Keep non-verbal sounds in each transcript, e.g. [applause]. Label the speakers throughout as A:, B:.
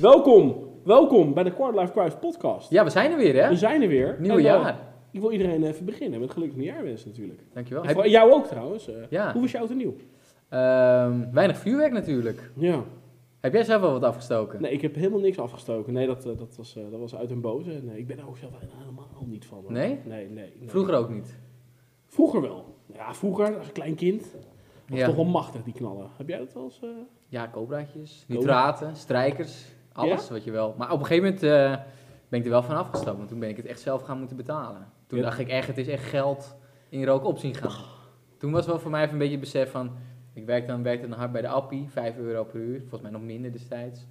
A: Welkom, welkom bij de Quarter Life Crisis podcast.
B: Ja, we zijn er weer, hè?
A: We zijn er weer.
B: Nieuw
A: En, eh,
B: jaar.
A: ik wil iedereen even beginnen met gelukkig nieuwjaarwens natuurlijk.
B: Dankjewel.
A: En
B: Heb-
A: voor- jou ook trouwens. eh.
B: Ja.
A: Hoe was je oud en nieuw?
B: Ehm, weinig vuurwerk natuurlijk.
A: Ja.
B: Heb jij zelf wel wat afgestoken?
A: Nee, ik heb helemaal niks afgestoken. Nee, dat, eh, dat, was, eh, dat was uit een boze. Nee, ik ben er ook zelf helemaal niet van. hoor.
B: Nee?
A: Nee, nee. nee.
B: Vroeger ook niet.
A: Vroeger wel. Ja, vroeger, als klein kind, was
B: Ja,
A: toch wel machtig die knallen. Heb jij dat wel eens? eh?
B: ja cobraatjes, nitraten, strijkers, alles wat je wel. Maar op een gegeven moment eh, ben ik er wel van afgestapt, want toen ben ik het echt zelf gaan moeten betalen. Toen
A: Ja.
B: dacht ik echt, het is echt geld in rook op zien gaan. Toen was wel voor mij even een beetje het besef van, ik werkte dan, werkte dan hard bij de appie, 5 euro per uur, volgens mij nog minder destijds.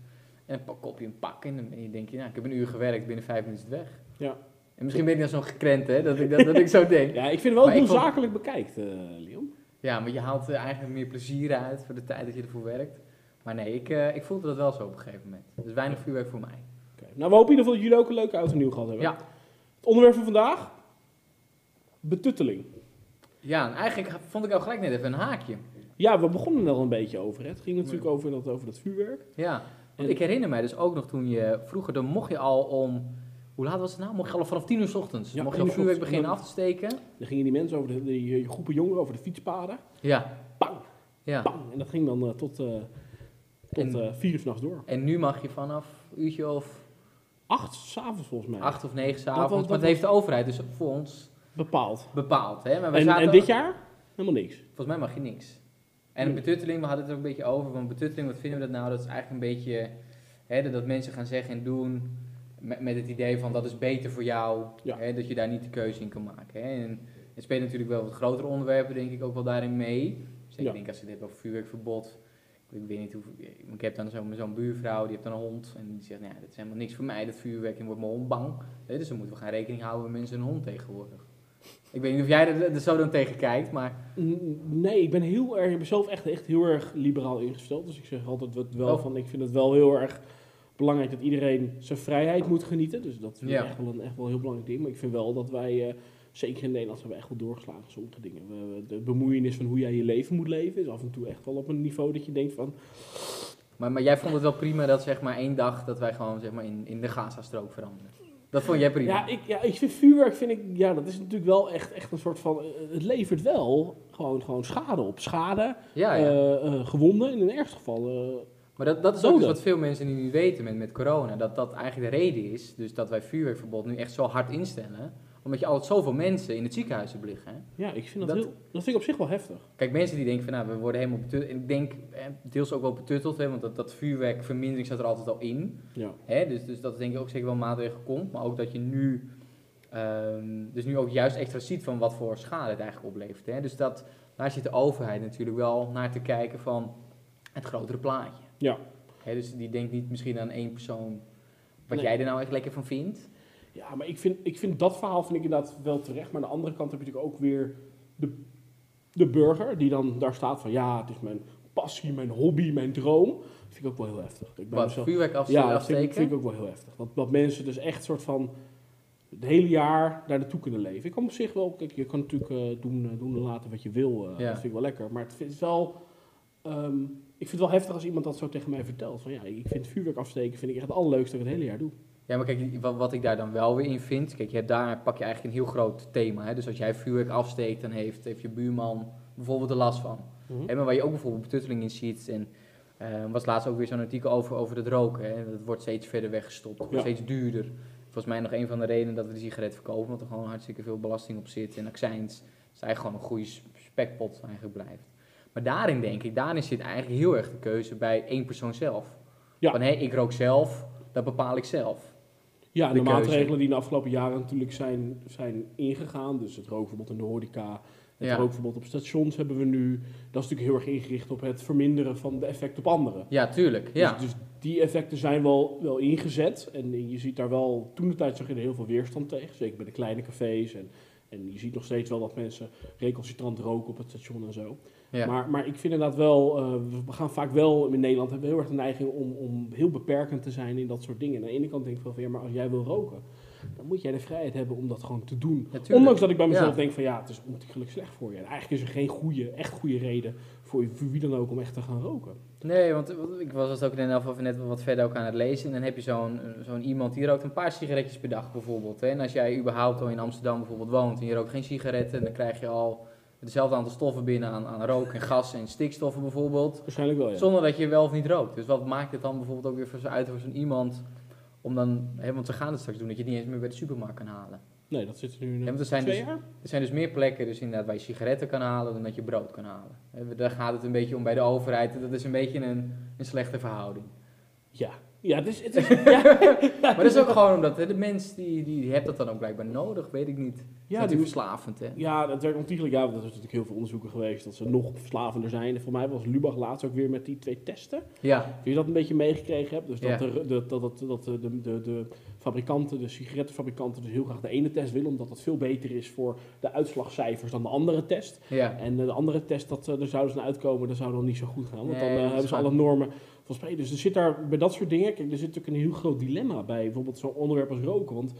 B: En dan kop je een pak en dan ben je- denk je, nou, ik heb een uur gewerkt, binnen vijf minuten is het weg.
A: Ja.
B: En misschien ben ik dan zo'n gekrent, hè, dat ik, dat, dat ik zo denk.
A: Ja, ik vind wel dat je
B: Maar ik
A: hem
B: vond-
A: zakelijk bekijkt, eh, Leon.
B: Ja, maar je haalt eh, eigenlijk meer plezier uit voor de tijd dat je ervoor werkt. Maar nee, ik, eh, ik voelde dat wel zo op een gegeven moment. Dus weinig vuurwerk voor mij.
A: Oké. Nou, we hopen in ieder geval dat jullie ook een leuke oud en nieuw gehad hebben.
B: Ja.
A: Het onderwerp van vandaag? Betutteling.
B: Ja, en eigenlijk ha- vond ik al gelijk net even een haakje.
A: Ja, we begonnen er al een beetje over. Hè. Het ging natuurlijk over, dat, over dat vuurwerk.
B: Ja,
A: En-
B: want ik herinner mij dus ook nog toen je... Vroeger dan mocht je al om... Hoe laat was het nou? Mocht je al vanaf 10 uur 's ochtends.
A: Ja,
B: mocht je
A: 10
B: al
A: uur 's
B: vuurwerk
A: ochtends.
B: beginnen af te steken.
A: Dan gingen die mensen over de, die, eh, groepen jongeren over de fietspaden.
B: Ja,
A: Bang,
B: ja.
A: bang. En dat ging dan eh, tot, eh, tot
B: En-
A: eh, vier uur s'nachts door.
B: En nu mag je vanaf een uurtje of
A: Acht s'avonds volgens mij.
B: acht of negen
A: was-
B: s'avonds. Maar
A: dat
B: dat heeft de overheid dus voor ons
A: Bepaald.
B: bepaald. Hè? Maar wij
A: En, en
B: zaten-
A: dit jaar? Helemaal niks.
B: Volgens mij mag je niks. En
A: Nee.
B: betutteling, we hadden het er ook een beetje over. Want betutteling, wat vinden we dat nou? Dat is eigenlijk een beetje hè, dat, dat mensen gaan zeggen en doen met, met het idee van dat is beter voor jou.
A: Ja.
B: Hè, dat je daar niet de keuze in kan maken. Hè. En het speelt natuurlijk wel wat grotere onderwerpen, denk ik, ook wel daarin mee. Dus ik
A: Ja.
B: denk als je dit over vuurwerkverbod. Ik weet niet hoe. Ik heb dan zo'n zo'n buurvrouw, die heeft dan een hond. En die zegt, nou, ja, dat is helemaal niks voor mij, dat vuurwerk. En wordt mijn hond bang. Hè, dus dan moeten we gaan rekening houden met mensen en een hond tegenwoordig. Ik weet niet of jij er, er zo dan tegen kijkt, maar.
A: N- Nee, ik ben heel erg, ik ben zelf echt, echt heel erg liberaal ingesteld. Dus ik zeg altijd wat wel
B: Oh.
A: van, ik vind het wel heel erg belangrijk dat iedereen zijn vrijheid moet genieten. Dus dat vind ik
B: Ja.
A: echt wel een echt wel een heel belangrijk ding. Maar ik vind wel dat wij, eh, zeker in Nederland, hebben we echt wel doorgeslagen op sommige dingen. We- we- de bemoeienis van hoe jij je leven moet leven is af en toe echt wel op een niveau dat je denkt van,
B: Maar, maar jij vond het wel prima dat zeg maar één dag dat wij gewoon zeg maar in, in de Gaza-strook veranderen. Dat vond jij prima.
A: Ja, ik, ja, ik vind vuurwerk, vind ik, ja, dat is natuurlijk wel echt, echt een soort van, eh, het levert wel gewoon, gewoon schade op. Schade,
B: Ah, ja, ja.
A: eh, eh, gewonden in het ergste geval. eh,
B: maar dat, dat is ook
A: doden.
B: dus wat veel mensen nu niet weten met, met corona. Dat dat eigenlijk de reden is dus dat wij vuurwerkverbod nu echt zo hard instellen. Omdat je altijd zoveel mensen in het ziekenhuis hebt liggen. hè.
A: Ja, ik vind dat,
B: Dat-
A: heel, dat vind ik op zich wel heftig.
B: Kijk, mensen die denken van nou, we worden helemaal betutteld. En ik denk eh, deels ook wel betutteld, hè, want dat, dat vuurwerkvermindering zat er altijd al in.
A: Ja.
B: Hè, dus, dus dat is denk ik ook zeker wel een maatregel komt. Maar ook dat je nu, ehm, dus nu ook juist extra ziet van wat voor schade het eigenlijk oplevert. Hè? Dus dat, daar zit de overheid natuurlijk wel naar te kijken van het grotere plaatje.
A: Ja.
B: Hè, dus die denkt niet misschien aan één persoon wat
A: Nee.
B: jij er nou echt lekker van vindt.
A: Ja, maar ik vind, ik vind dat verhaal vind ik inderdaad wel terecht. Maar aan de andere kant heb je natuurlijk ook weer de, de burger die dan daar staat van... Ja, het is mijn passie, mijn hobby, mijn droom. Dat vind ik ook wel heel heftig. Ik
B: Wat,
A: mezelf-
B: vuurwerk afste-
A: ja, dat vind, ik-
B: afsteken?
A: vind ik ook wel heel heftig. Dat, dat mensen dus echt soort van het hele jaar daar naartoe kunnen leven. Ik kan op zich wel... Kijk, je kan natuurlijk eh, doen, eh, doen en laten wat je wil. eh,
B: Ja.
A: Dat vind ik wel lekker. Maar het vind- is wel... ehm, ik vind het wel heftig als iemand dat zo tegen mij vertelt. Van ja, ik vind vuurwerk afsteken vind ik echt het allerleukste dat ik het hele jaar doe.
B: Ja, maar kijk, wat, wat ik daar dan wel weer in vind. Kijk, je hebt daar pak je eigenlijk een heel groot thema. Hè? Dus als jij vuurwerk afsteekt, dan heeft, heeft je buurman bijvoorbeeld er last van.
A: Mhm.
B: Hè, maar waar je ook bijvoorbeeld betutteling in ziet. En eh, was laatst ook weer zo'n artikel over, over het roken. Hè. Dat wordt steeds verder weggestopt, het wordt
A: Ja.
B: steeds duurder. Volgens mij nog een van de redenen dat we de sigaret verkopen, omdat er gewoon hartstikke veel belasting op zit en accijns. Dus eigenlijk gewoon een goede sp- spekpot eigenlijk blijft. Maar daarin denk ik, daarin zit eigenlijk heel erg de keuze bij één persoon zelf.
A: Ja.
B: Van hé, ik rook zelf, dat bepaal ik zelf.
A: Ja, de,
B: de keuze.
A: maatregelen die in de afgelopen jaren natuurlijk zijn, zijn ingegaan. Dus het rookverbod in de horeca, het
B: Ja.
A: rookverbod op stations hebben we nu. Dat is natuurlijk heel erg ingericht op het verminderen van de effect op anderen.
B: Ja, tuurlijk. Ja.
A: Dus, dus die effecten zijn wel, wel ingezet. En je ziet daar wel, toen de tijd zag je er heel veel weerstand tegen. Zeker bij de kleine cafés. En, en je ziet nog steeds wel dat mensen recalcitrant roken op het station en zo.
B: ja.
A: Maar, maar ik vind inderdaad wel, eh, we gaan vaak wel in Nederland hebben we heel erg de neiging om, om heel beperkend te zijn in dat soort dingen. En aan de ene kant denk ik wel van ja, maar als jij wil roken, dan moet jij de vrijheid hebben om dat gewoon te doen.
B: Natuurlijk.
A: Ondanks dat ik bij mezelf
B: Ja.
A: denk van ja, het is ontiegelijk slecht voor je. En eigenlijk is er geen goede, echt goede reden voor voor, voor wie dan ook om echt te gaan roken.
B: Nee, want eh, want ik was als ook in de of net wat verder ook aan het lezen. En dan heb je zo'n eh, zo'n iemand die rookt een paar sigaretjes per dag bijvoorbeeld. Hè. En als jij überhaupt al in Amsterdam bijvoorbeeld woont en je rookt geen sigaretten, dan krijg je al hetzelfde aantal stoffen binnen aan, aan rook en gas en stikstoffen bijvoorbeeld.
A: Waarschijnlijk wel, ja.
B: Zonder dat je wel of niet rookt. Dus wat maakt het dan bijvoorbeeld ook weer voor zo uit voor zo'n iemand om dan, hè, want ze gaan het straks doen, dat je het niet eens meer bij de supermarkt kan halen.
A: Nee, dat zit er nu
B: Ja,
A: in eh,
B: want er zijn
A: twee
B: dus-
A: jaar.
B: Er zijn dus meer plekken dus inderdaad, waar je sigaretten kan halen dan dat je brood kan halen. Eh, Daar gaat het een beetje om bij de overheid. Dat is een beetje een, een slechte verhouding.
A: Ja. Ja, het is... Het
B: [laughs]
A: is ja,
B: Maar dat is ook gewoon omdat hè, de mens die, die, die hebt dat dan ook blijkbaar nodig, weet ik niet. Ja,
A: ja,
B: dat is natuurlijk
A: die,
B: verslavend, hè?
A: ja, dat werkt ontiegelijk. Ja, want er is natuurlijk heel veel onderzoeken geweest dat ze nog verslavender zijn. En voor mij was Lubach laatst ook weer met die twee testen.
B: Ja,
A: Als je dat een beetje meegekregen hebt, dus dat,
B: Ja.
A: de, de- dat, dat, dat eh, de, de, de, de fabrikanten, de sigarettenfabrikanten, dus heel graag de ene test willen, omdat dat veel beter is voor de uitslagcijfers dan de andere test.
B: ja.
A: En eh, de andere test, dat, eh, daar zouden ze naar uitkomen, dat zou dan niet zo goed gaan, want
B: Nee,
A: dan eh,
B: dat is
A: hebben ze
B: waar.
A: alle normen van spreken. Dus er zit daar bij dat soort dingen, kijk, er zit natuurlijk een heel groot dilemma bij, bijvoorbeeld zo'n onderwerp als roken. Want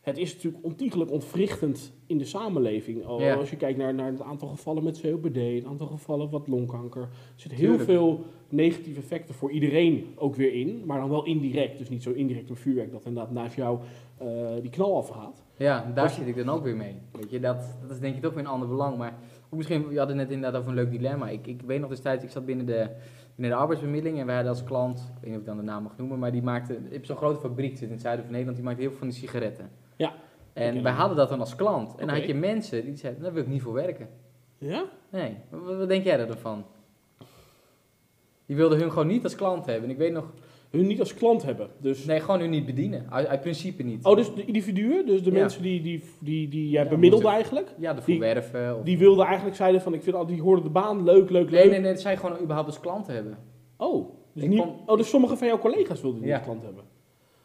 A: het is natuurlijk ontiegelijk ontwrichtend in de samenleving. Al-
B: Ja.
A: Als je kijkt naar, naar het aantal gevallen met COPD, het aantal gevallen wat longkanker. Er zitten heel
B: Tuurlijk.
A: veel negatieve effecten voor iedereen ook weer in. Maar dan wel indirect. Dus niet zo indirect door vuurwerk dat inderdaad naast jou eh, die knal afgaat.
B: ja daar
A: Als-
B: zit ik dan ook weer mee. Weet je, dat, dat is denk ik toch weer een ander belang. Maar ook misschien, je had het net inderdaad over een leuk dilemma. Ik, ik weet nog destijds, ik zat binnen de, binnen de arbeidsbemiddeling en wij hadden als klant, ik weet niet of ik dan de naam mag noemen, maar die maakte, je hebt zo'n grote fabriek zit in het zuiden van Nederland, die maakt heel veel van die sigaretten.
A: Ja.
B: En
A: Oké.
B: wij hadden dat dan als klant. En dan
A: Oké.
B: had je mensen die zeiden, daar wil ik niet voor werken.
A: Ja?
B: Nee, wat, wat denk jij daar dan van? Die wilden hun gewoon niet als klant hebben. En ik weet nog,
A: Hun niet als klant hebben. Dus,
B: nee, gewoon hun niet bedienen. Uit, uit principe niet.
A: Oh, dus de individuen, dus de
B: Ja.
A: mensen die, die, die, die jij
B: Ja,
A: bemiddelde
B: moeten-
A: eigenlijk.
B: Ja, de
A: die-
B: verwerven. Of...
A: Die wilden eigenlijk zeiden van, ik vind al die hoorden de baan leuk, leuk, leuk.
B: Nee, nee, nee, dat zij gewoon überhaupt als klant hebben.
A: Oh, dus
B: Ik
A: niet,
B: kwam-
A: oh, dus sommige van jouw collega's wilden die
B: Ja.
A: als klant hebben.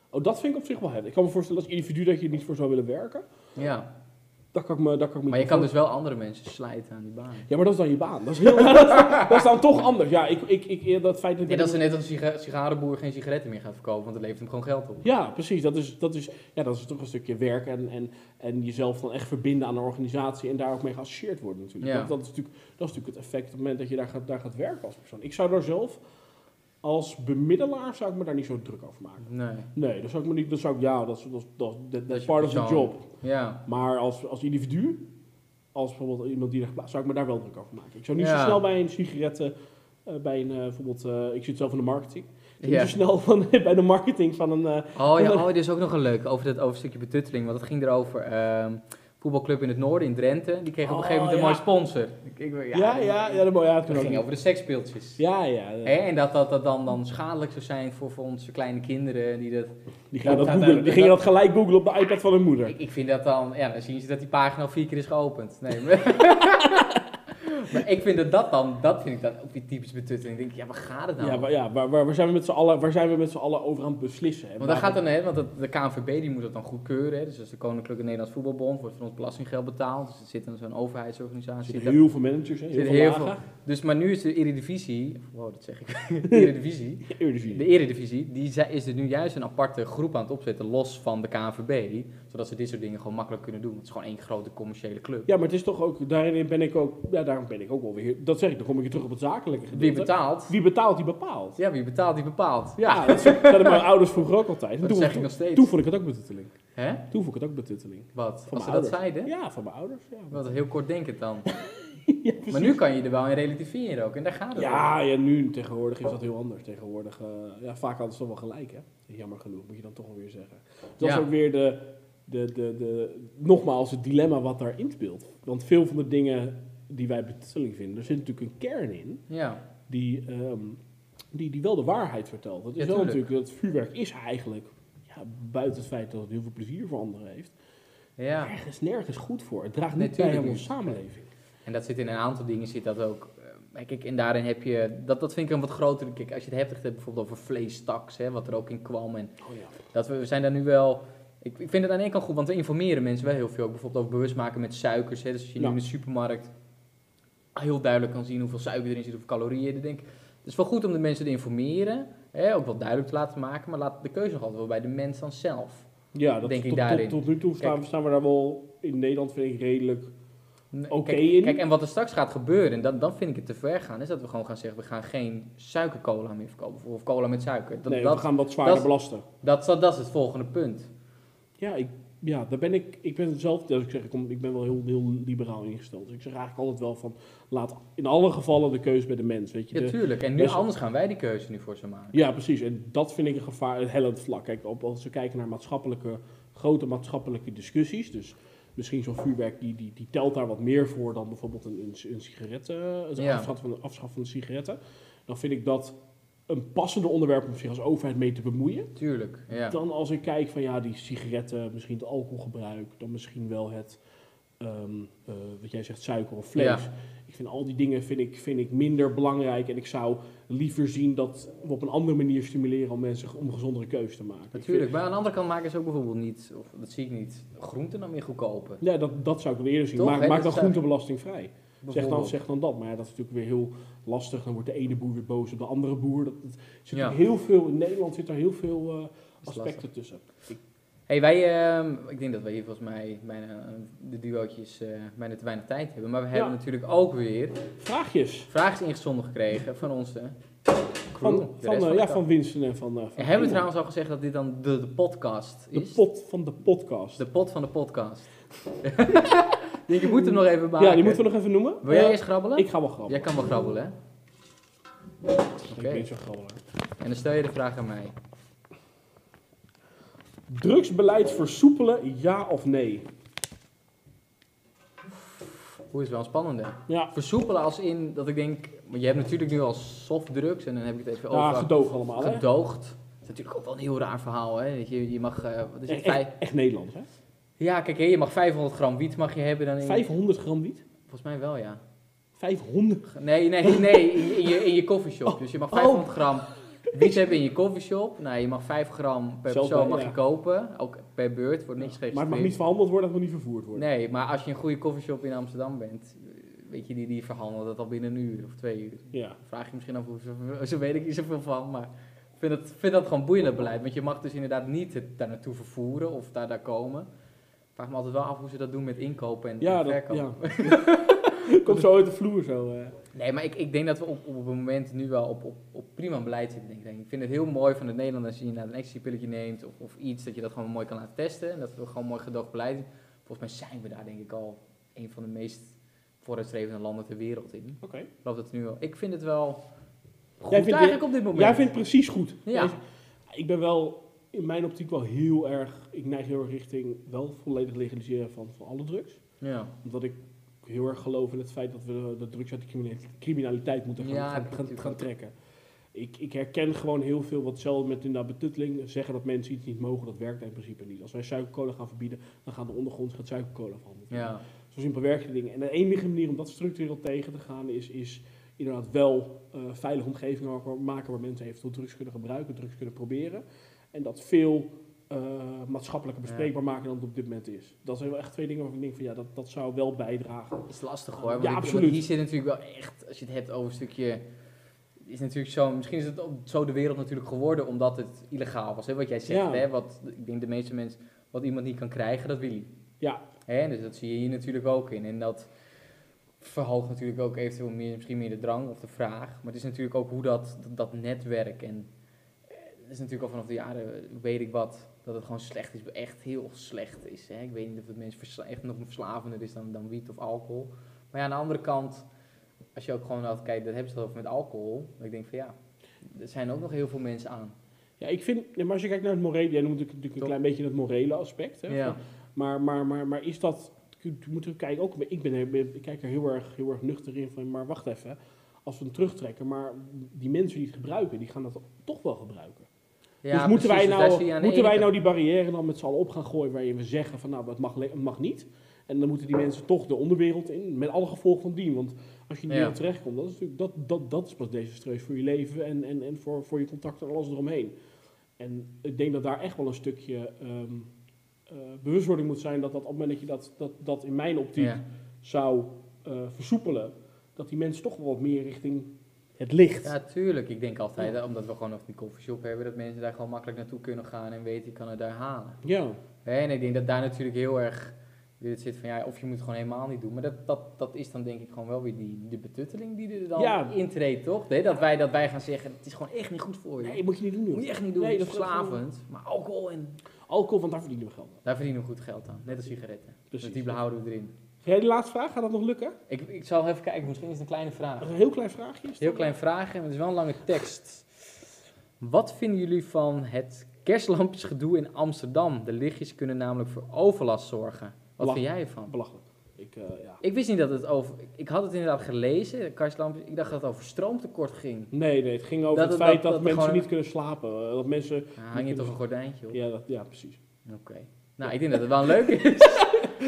A: Oh, dat vind ik op zich wel heftig. Ik kan me voorstellen als individu dat je er niet voor zou willen werken.
B: Ja,
A: Dat kan ik me, dat kan ik me
B: maar je
A: niet
B: kan
A: voor-
B: dus wel andere mensen slijten aan die baan.
A: Ja, maar dat is dan je baan. Dat is, heel, [laughs] dat is, dat is dan toch anders. Ja, ik, ik, ik, dat feit dat,
B: Ja, dat is net als een siga- sigarenboer geen sigaretten meer gaat verkopen, want dat levert hem gewoon geld op.
A: Ja, precies. Dat is, dat is, ja, dat is toch een stukje werk en, en, en jezelf dan echt verbinden aan een organisatie en daar ook mee geassocieerd worden natuurlijk.
B: Ja.
A: Dat, dat, is natuurlijk dat is natuurlijk het effect op het moment dat je daar gaat, daar gaat werken als persoon. Ik zou daar zelf als bemiddelaar zou ik me daar niet zo druk over maken.
B: Nee.
A: Nee, dat zou ik me niet, dat zou ik, ja, dat is dat, is- dat, is- dat,
B: Dat
A: dat
B: is
A: part
B: je
A: of the
B: persoon.
A: job.
B: Ja.
A: Maar als, als individu, als bijvoorbeeld iemand die daar geplaatst, zou ik me daar wel druk over maken. Ik zou niet
B: Ja.
A: zo snel bij een sigaretten, eh, bij een eh, bijvoorbeeld, eh, ik zit zelf in de marketing. Ik zou
B: Ja.
A: Niet zo snel van, [laughs] bij de marketing van een, eh,
B: Oh ja, oh, er is ook nog een leuk over dat over een stukje betutteling, want dat ging erover. ehm voetbalclub in het noorden, in Drenthe, die kreeg op een
A: Oh,
B: gegeven moment een
A: ja.
B: mooi sponsor. Ik, ik-
A: Ja, ja, ja, dat mooi. Ja, dat kan
B: Dat
A: ook
B: ging
A: niet.
B: over de seksspeeltjes.
A: Ja, ja.
B: Hè, en dat dat, dat dan, dan schadelijk zou zijn voor, voor onze kleine kinderen. Die dat,
A: Die gingen
B: Dat
A: dat,
B: gaat
A: googlen. Die
B: uit-
A: gingen
B: dat-
A: dat gelijk googlen op de iPad van hun moeder.
B: ik, ik vind dat dan, ja, dan zien ze dat die pagina al vier keer is geopend.
A: [laughs]
B: Nee, maar, [laughs] maar ik vind dat, dat dan, dat vind ik dan ook weer typisch betutteling. Ik denk, ja, waar gaat het nou?
A: Ja, waar, ja waar, waar, waar zijn we met z'n allen, waar zijn we met z'n allen over aan het beslissen? En
B: want dan gaat
A: waarom-
B: dan, hè, want dat- de KNVB die moet dat dan goedkeuren. Hè, dus dat is de Koninklijke Nederlands Voetbalbond, wordt van ons belastinggeld betaald. Dus er zit dan zo'n
A: er
B: overheidsorganisatie.
A: zitten
B: daar-
A: heel veel managers, hè, heel,
B: zitten
A: veel
B: heel
A: lagen.
B: Dus, maar nu is de Eredivisie, wow, dat zeg ik, [laughs] Eredivisie.
A: Ja, Eredivisie.
B: De Eredivisie die zij- is er nu juist een aparte groep aan het opzetten, los van de KNVB. Zodat ze dit soort dingen gewoon makkelijk kunnen doen. Want het is gewoon één grote commerciële club.
A: Ja, maar het is toch ook, daarin ben ik ook, ja, daarom ben ik ook wel weer, dat zeg ik, dan kom ik weer terug op het zakelijke
B: Wie
A: gedeelte.
B: betaalt?
A: Wie betaalt, die bepaalt.
B: Ja, wie betaalt, die bepaalt.
A: Ja, dat zeiden mijn ouders vroeger ook altijd. En
B: Dat
A: toen,
B: zeg ik
A: toen,
B: nog steeds.
A: toen vond ik het ook betutteling.
B: Hè?
A: Toen vond ik het ook betutteling.
B: Wat?
A: Van
B: Als ze
A: mijn
B: dat
A: ouders.
B: zeiden?
A: Ja, van mijn ouders. Ja,
B: Wat heel kort denkend dan.
A: [laughs] Ja,
B: maar nu kan je er wel in relativeren ook. En daar gaat het om.
A: Ja, ja, nu tegenwoordig is dat heel anders. Tegenwoordig, eh, ja, vaak hadden ze toch wel gelijk, hè? Jammer genoeg, moet je dan toch wel weer zeggen. Dat
B: Ja.
A: is ook weer de, de, de, de, nogmaals het dilemma wat daarin speelt. Want veel van de dingen die wij betutteling vinden, er zit natuurlijk een kern in
B: Ja.
A: die, ehm, die, die wel de waarheid vertelt. Dat is
B: Ja,
A: wel
B: tuurlijk.
A: natuurlijk, dat vuurwerk is eigenlijk, ja, buiten het feit dat het heel veel plezier voor anderen heeft,
B: ja.
A: ergens nergens goed voor. Het draagt
B: Nee,
A: niet bij
B: tuurlijk
A: aan
B: niet.
A: onze samenleving.
B: En dat zit in een aantal dingen zit dat ook. eh, Kijk, en daarin heb je, dat, dat vind ik een wat grotere, kijk, als je het hebt, echt hebt bijvoorbeeld over vleestaks, hè, wat er ook in kwam en
A: Oh ja.
B: Dat we, we zijn daar nu wel. Ik, ik vind het aan de ene kant goed, want we informeren mensen wel heel veel. Ook Bijvoorbeeld over bewust maken met suikers. Hè. Dus als je
A: Ja.
B: nu in de supermarkt heel duidelijk kan zien hoeveel suiker erin zit, hoeveel calorieën. Dan denk ik, het is wel goed om de mensen te informeren. Hè, ook wel duidelijk te laten maken, maar laat de keuze nog altijd wel bij de mens dan zelf.
A: Ja, dat
B: Denk ik
A: tot, tot-
B: daarin.
A: tot nu toe staan, staan we daar wel in Nederland, vind ik, redelijk
B: Nee,
A: Oké
B: kijk,
A: in.
B: Kijk, en wat er straks gaat gebeuren, en dat, dan vind ik het te ver gaan, is dat we gewoon gaan zeggen, we gaan geen suikercola meer verkopen. Of cola met suiker. Dat,
A: nee,
B: dat,
A: we gaan wat zwaarder
B: dat-
A: belasten.
B: dat, dat, dat is het volgende punt.
A: Ja, ik, ja, daar ben ik. Ik ben zelf, dus ik zeg, ik, kom, ik ben wel heel, heel liberaal ingesteld. Dus ik zeg eigenlijk altijd wel van, laat in alle gevallen de keuze bij de mens. Weet je,
B: Ja,
A: de-
B: tuurlijk. En nu
A: best-
B: anders gaan wij die keuze nu voor ze maken.
A: Ja, precies. En dat vind ik een gevaar, een hellend vlak. Kijk, op, als we kijken naar maatschappelijke, grote maatschappelijke discussies. Dus misschien zo'n vuurwerk, die, die, die telt daar wat meer voor dan bijvoorbeeld een, een, een sigaret, eh, het
B: Ja.
A: afschaffen van, afschaffen van de sigaretten. Dan vind ik dat een passender onderwerp om zich als overheid mee te bemoeien.
B: Tuurlijk, ja.
A: Dan als ik kijk van ja, die sigaretten, misschien het alcoholgebruik, dan misschien wel het, ehm, eh, wat jij zegt, suiker of vlees.
B: Ja.
A: Ik vind al die dingen vind ik, vind ik minder belangrijk en ik zou liever zien dat we op een andere manier stimuleren om mensen om gezondere keuzes te maken.
B: Natuurlijk, maar aan de andere kant maken ze ook bijvoorbeeld niet, of dat zie ik niet, groenten dan weer goedkoper.
A: Ik vind- ja, dat, dat zou ik wel eerder zien.
B: Toch,
A: maak
B: hè,
A: maak
B: dat
A: dan
B: zou-
A: groentebelasting vrij. Zeg dan,
B: Bijvoorbeeld.
A: zeg dan dat. Maar ja, dat is natuurlijk weer heel lastig. Dan wordt de ene boer weer boos op de andere boer. Dat, dat zit
B: Ja.
A: heel veel, in Nederland zit er heel veel eh,
B: is
A: aspecten tussen.
B: Hey, wij, ehm, ik denk dat we hier volgens mij bijna eh, de duootjes eh, bijna te weinig tijd hebben. Maar we hebben natuurlijk ook weer
A: Vraagjes
B: vragen ingezonden gekregen van onze crew.
A: van,
B: de
A: van,
B: rest
A: eh,
B: de
A: ja,
B: kant.
A: van Winston en van, eh, van
B: En hebben we
A: Iemand.
B: trouwens al gezegd dat dit dan de, de podcast
A: De
B: is?
A: pot van de podcast.
B: De pot van de
A: [laughs]
B: podcast. Ik denk, je moet hem nog even maken.
A: ja, die moeten we nog even noemen.
B: Wil jij
A: Eh,
B: eerst grabbelen?
A: Ik ga wel grappig.
B: Jij kan wel grabbelen, hè?
A: Ik
B: Oké.
A: ben niet zo grappig.
B: En dan stel je de vraag aan mij.
A: Drugsbeleid versoepelen, ja of nee?
B: Hoe is wel een spannende.
A: Ja,
B: Versoepelen als in dat ik denk, want je hebt natuurlijk nu al softdrugs en dan heb ik het even
A: ja
B: over
A: gedoog allemaal. Hè?
B: gedoogd. Dat is natuurlijk ook wel een heel raar verhaal, hè? Dat je, je mag, eh, wat is het,
A: Echt,
B: vijf,
A: echt, echt Nederlands, hè?
B: ja kijk, hè, je mag 500 gram wiet mag je hebben dan in,
A: 500 gram wiet?
B: volgens mij wel ja.
A: 500?
B: Nee, nee, nee, in, in je, in je coffeeshop. Dus je mag
A: Oh.
B: 500 gram wiet hebben in je coffeeshop. Nou, je mag 5 gram per
A: Zelf
B: persoon
A: bij,
B: mag
A: ja.
B: je kopen, ook per beurt, wordt niks
A: Maar het mag niet
B: geregistreerd.
A: verhandeld worden, het mag niet vervoerd worden.
B: Nee, maar als je een goede coffeeshop in Amsterdam bent, eh, weet je, die, die verhandelen dat al binnen een uur of twee uur.
A: Ja.
B: vraag je misschien af, hoe ze- zo weet ik niet zoveel van, maar ik vind dat, vind dat gewoon boeiend dat beleid. Want je mag dus inderdaad niet het daar naartoe vervoeren of daar, daar komen. Ik vraag me altijd wel af hoe ze dat doen met inkopen en,
A: Ja,
B: en
A: dat
B: verkoop.
A: ja.
B: [laughs]
A: komt zo uit de vloer. Zo, eh.
B: Nee, maar ik, ik denk dat we op, op het moment nu wel op, op, op prima beleid zitten. denk Ik, ik vind het heel mooi van het Nederland als je inderdaad een ecstasypilletje neemt of, of iets, dat je dat gewoon mooi kan laten testen. En dat we gewoon mooi gedoogd beleid Volgens mij zijn we daar denk ik al een van de meest vooruitstrevende landen ter wereld in.
A: Oké.
B: Ik geloof dat nu wel. Ik vind het wel goed
A: vindt-
B: eigenlijk op dit moment.
A: Jij vindt precies goed.
B: Ja.
A: Jij- Ik ben wel in mijn optiek wel heel erg. Ik neig heel erg richting wel volledig legaliseren van, van alle drugs.
B: Ja,
A: Omdat ik heel erg geloof in het feit dat we de drugs uit de criminele- criminaliteit moeten gaan,
B: Ja,
A: gaan,
B: heb ik
A: gaan-
B: natuurlijk
A: gaan
B: ook.
A: trekken. Ik, ik herken gewoon heel veel wat zelf met inderdaad betutteling zeggen dat mensen iets niet mogen, dat werkt in principe niet. Als wij suikercola gaan verbieden, dan gaan de ondergrond gaat suikercola verhandelen.
B: ja.
A: Zo simpel werkt die dingen. En de enige manier om dat structureel tegen te gaan is, is inderdaad wel eh, veilige omgevingen waar- waar- maken waar mensen eventueel drugs kunnen gebruiken, drugs kunnen proberen. En dat veel eh maatschappelijker
B: Ja.
A: bespreekbaar maken dan het op dit moment is. Dat zijn wel echt twee dingen waarvan ik denk van ja, dat, dat zou wel bijdragen.
B: Dat is lastig hoor. Want
A: Ja,
B: ik- want
A: absoluut.
B: hier zit natuurlijk wel echt, als je het hebt over een stukje. Is natuurlijk zo, misschien is het ook zo de wereld natuurlijk geworden omdat het illegaal was. Hè? Wat jij zegt,
A: Ja.
B: hè? Wat, ik denk de meeste mensen, wat iemand niet kan krijgen, dat wil hij.
A: Ja.
B: Hè? Dus dat zie je hier natuurlijk ook in. En dat verhoogt natuurlijk ook eventueel meer, misschien meer de drang of de vraag. Maar het is natuurlijk ook hoe dat, dat, dat netwerk en eh, het is natuurlijk al vanaf de jaren, eh, weet ik wat, dat het gewoon slecht is, echt heel slecht is. Hè? Ik weet niet of het mensen versla- echt nog verslavender is dan, dan wiet of alcohol. Maar ja, aan de andere kant, als je ook gewoon had, kijk, dat hebben ze het over met alcohol. Dan ik denk van ja, er zijn ook nog heel veel mensen aan.
A: Ja, ik vind, nee, maar als je kijkt naar het morele, jij noemt natuurlijk een
B: Toch?
A: klein beetje het morele aspect. Hè,
B: Ja,
A: Maar, maar, maar, maar is dat. Moeten we kijken ook. Ik, ben, er- ik kijk er heel erg, heel erg nuchter in van. Maar wacht even. Als we hem terugtrekken. Maar die mensen die het gebruiken. die gaan dat toch wel gebruiken.
B: ja
A: dus moeten,
B: precies, dus
A: wij,
B: daar
A: nou,
B: zie je aan de
A: moeten wij
B: ene
A: nou die barrière dan met z'n allen op gaan gooien. waarin we zeggen van. nou, het mag, le- het mag niet. En dan moeten die mensen toch de onderwereld in. met alle gevolgen van dien. Want als je in die
B: Ja.
A: wereld terechtkomt. dat is natuurlijk. dat, dat, dat is pas desastreus voor je leven. en, en, en voor, voor je contacten en alles eromheen. En ik denk dat daar echt wel een stukje. ehm, eh, bewustwording moet zijn dat, dat op het moment dat je dat, dat, dat in mijn optiek
B: kant.
A: zou eh, versoepelen, dat die mensen toch wel wat meer richting het licht.
B: Ja, tuurlijk. Ik denk altijd, eh, omdat we gewoon nog die koffieshop hebben, dat mensen daar gewoon makkelijk naartoe kunnen gaan en weten, ik kan het daar halen.
A: Ja.
B: Hè, En ik denk dat daar natuurlijk heel erg weer het zit van ja, of je moet het gewoon helemaal niet doen. Maar dat, dat, dat is dan denk ik gewoon wel weer die, de betutteling die er dan
A: Ja.
B: intreedt, toch? Nee, dat, wij, dat wij gaan zeggen, het is gewoon echt niet goed voor je.
A: Nee, moet je niet doen.
B: moet
A: joh.
B: je echt niet doen,
A: Nee,
B: het is
A: dat is gewoon-
B: verslavend. Maar alcohol en...
A: Alcohol, want daar verdienen we geld aan.
B: Daar verdienen we goed geld aan, net als sigaretten. Dus
A: Precies.
B: die behouden we erin.
A: Ga jij de laatste vraag? Gaat dat nog lukken?
B: Ik, ik zal even kijken, misschien is het een kleine vraag.
A: Een heel klein vraagje. is
B: Heel
A: dat?
B: klein vraagje, maar het is wel een lange tekst. Wat vinden jullie van het kerstlampjesgedoe in Amsterdam? De lichtjes kunnen namelijk voor overlast zorgen. Wat
A: Lach.
B: vind jij ervan?
A: Belachelijk. Ik, eh, ja.
B: Ik wist niet dat het over... ik- Ik had het inderdaad gelezen, de kerstlampjes. Ik dacht dat het over stroomtekort ging.
A: Nee, nee, het ging over
B: Dat-
A: het
B: dat-
A: feit dat,
B: dat we
A: mensen
B: gewoon-
A: niet kunnen slapen. eh, Dat mensen...
B: Ah, hang je toch een gordijntje op?
A: dus. Ja, dat, ja precies. [laughs]
B: Oké. Nou, ik denk dat het wel leuk is.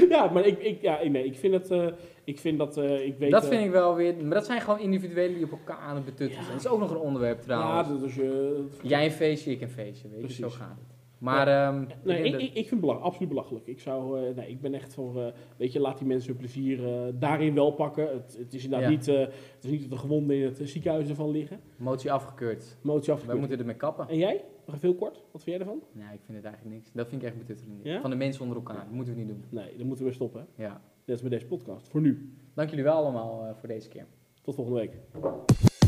A: Ja, maar ik, ik, ja, nee, ik vind het... eh, ik vind dat... eh, [laughs] ik weet,
B: dat
A: eh,
B: vind ik wel weer... Maar dat zijn gewoon individuelen die op elkaar aan het betuttelen
A: Ja.
B: zijn. Dat is ook nog een onderwerp
A: Ja,
B: trouwens.
A: dat is eh, je...
B: Jij een feestje, ik een feestje, weet je,
A: Precies.
B: zo gaat het. Maar, ehm,
A: Nee,
B: ik
A: ik,
B: denk
A: ik, ik vind het belach- absoluut belachelijk. Ik, zou, eh, nee, ik ben echt voor, eh, weet je, laat die mensen hun plezier eh, daarin wel pakken. Het, het is inderdaad
B: Ja.
A: niet, eh, het is niet dat de gewonden in het eh, ziekenhuis ervan liggen.
B: dat- motie afgekeurd.
A: Motie
B: Wij
A: afgekeurd.
B: moeten ermee kappen.
A: En jij? Nog heel kort, wat vind jij ervan?
B: Nee, ik vind het eigenlijk niks. Dat vind ik echt betutteling.
A: Ja?
B: Van de mensen onder elkaar. Dat moeten we niet doen.
A: Nee, dan moeten we stoppen. Hè?
B: Ja.
A: Net als met deze podcast. Voor nu.
B: Dank jullie wel allemaal eh, voor deze keer.
A: Tot volgende week.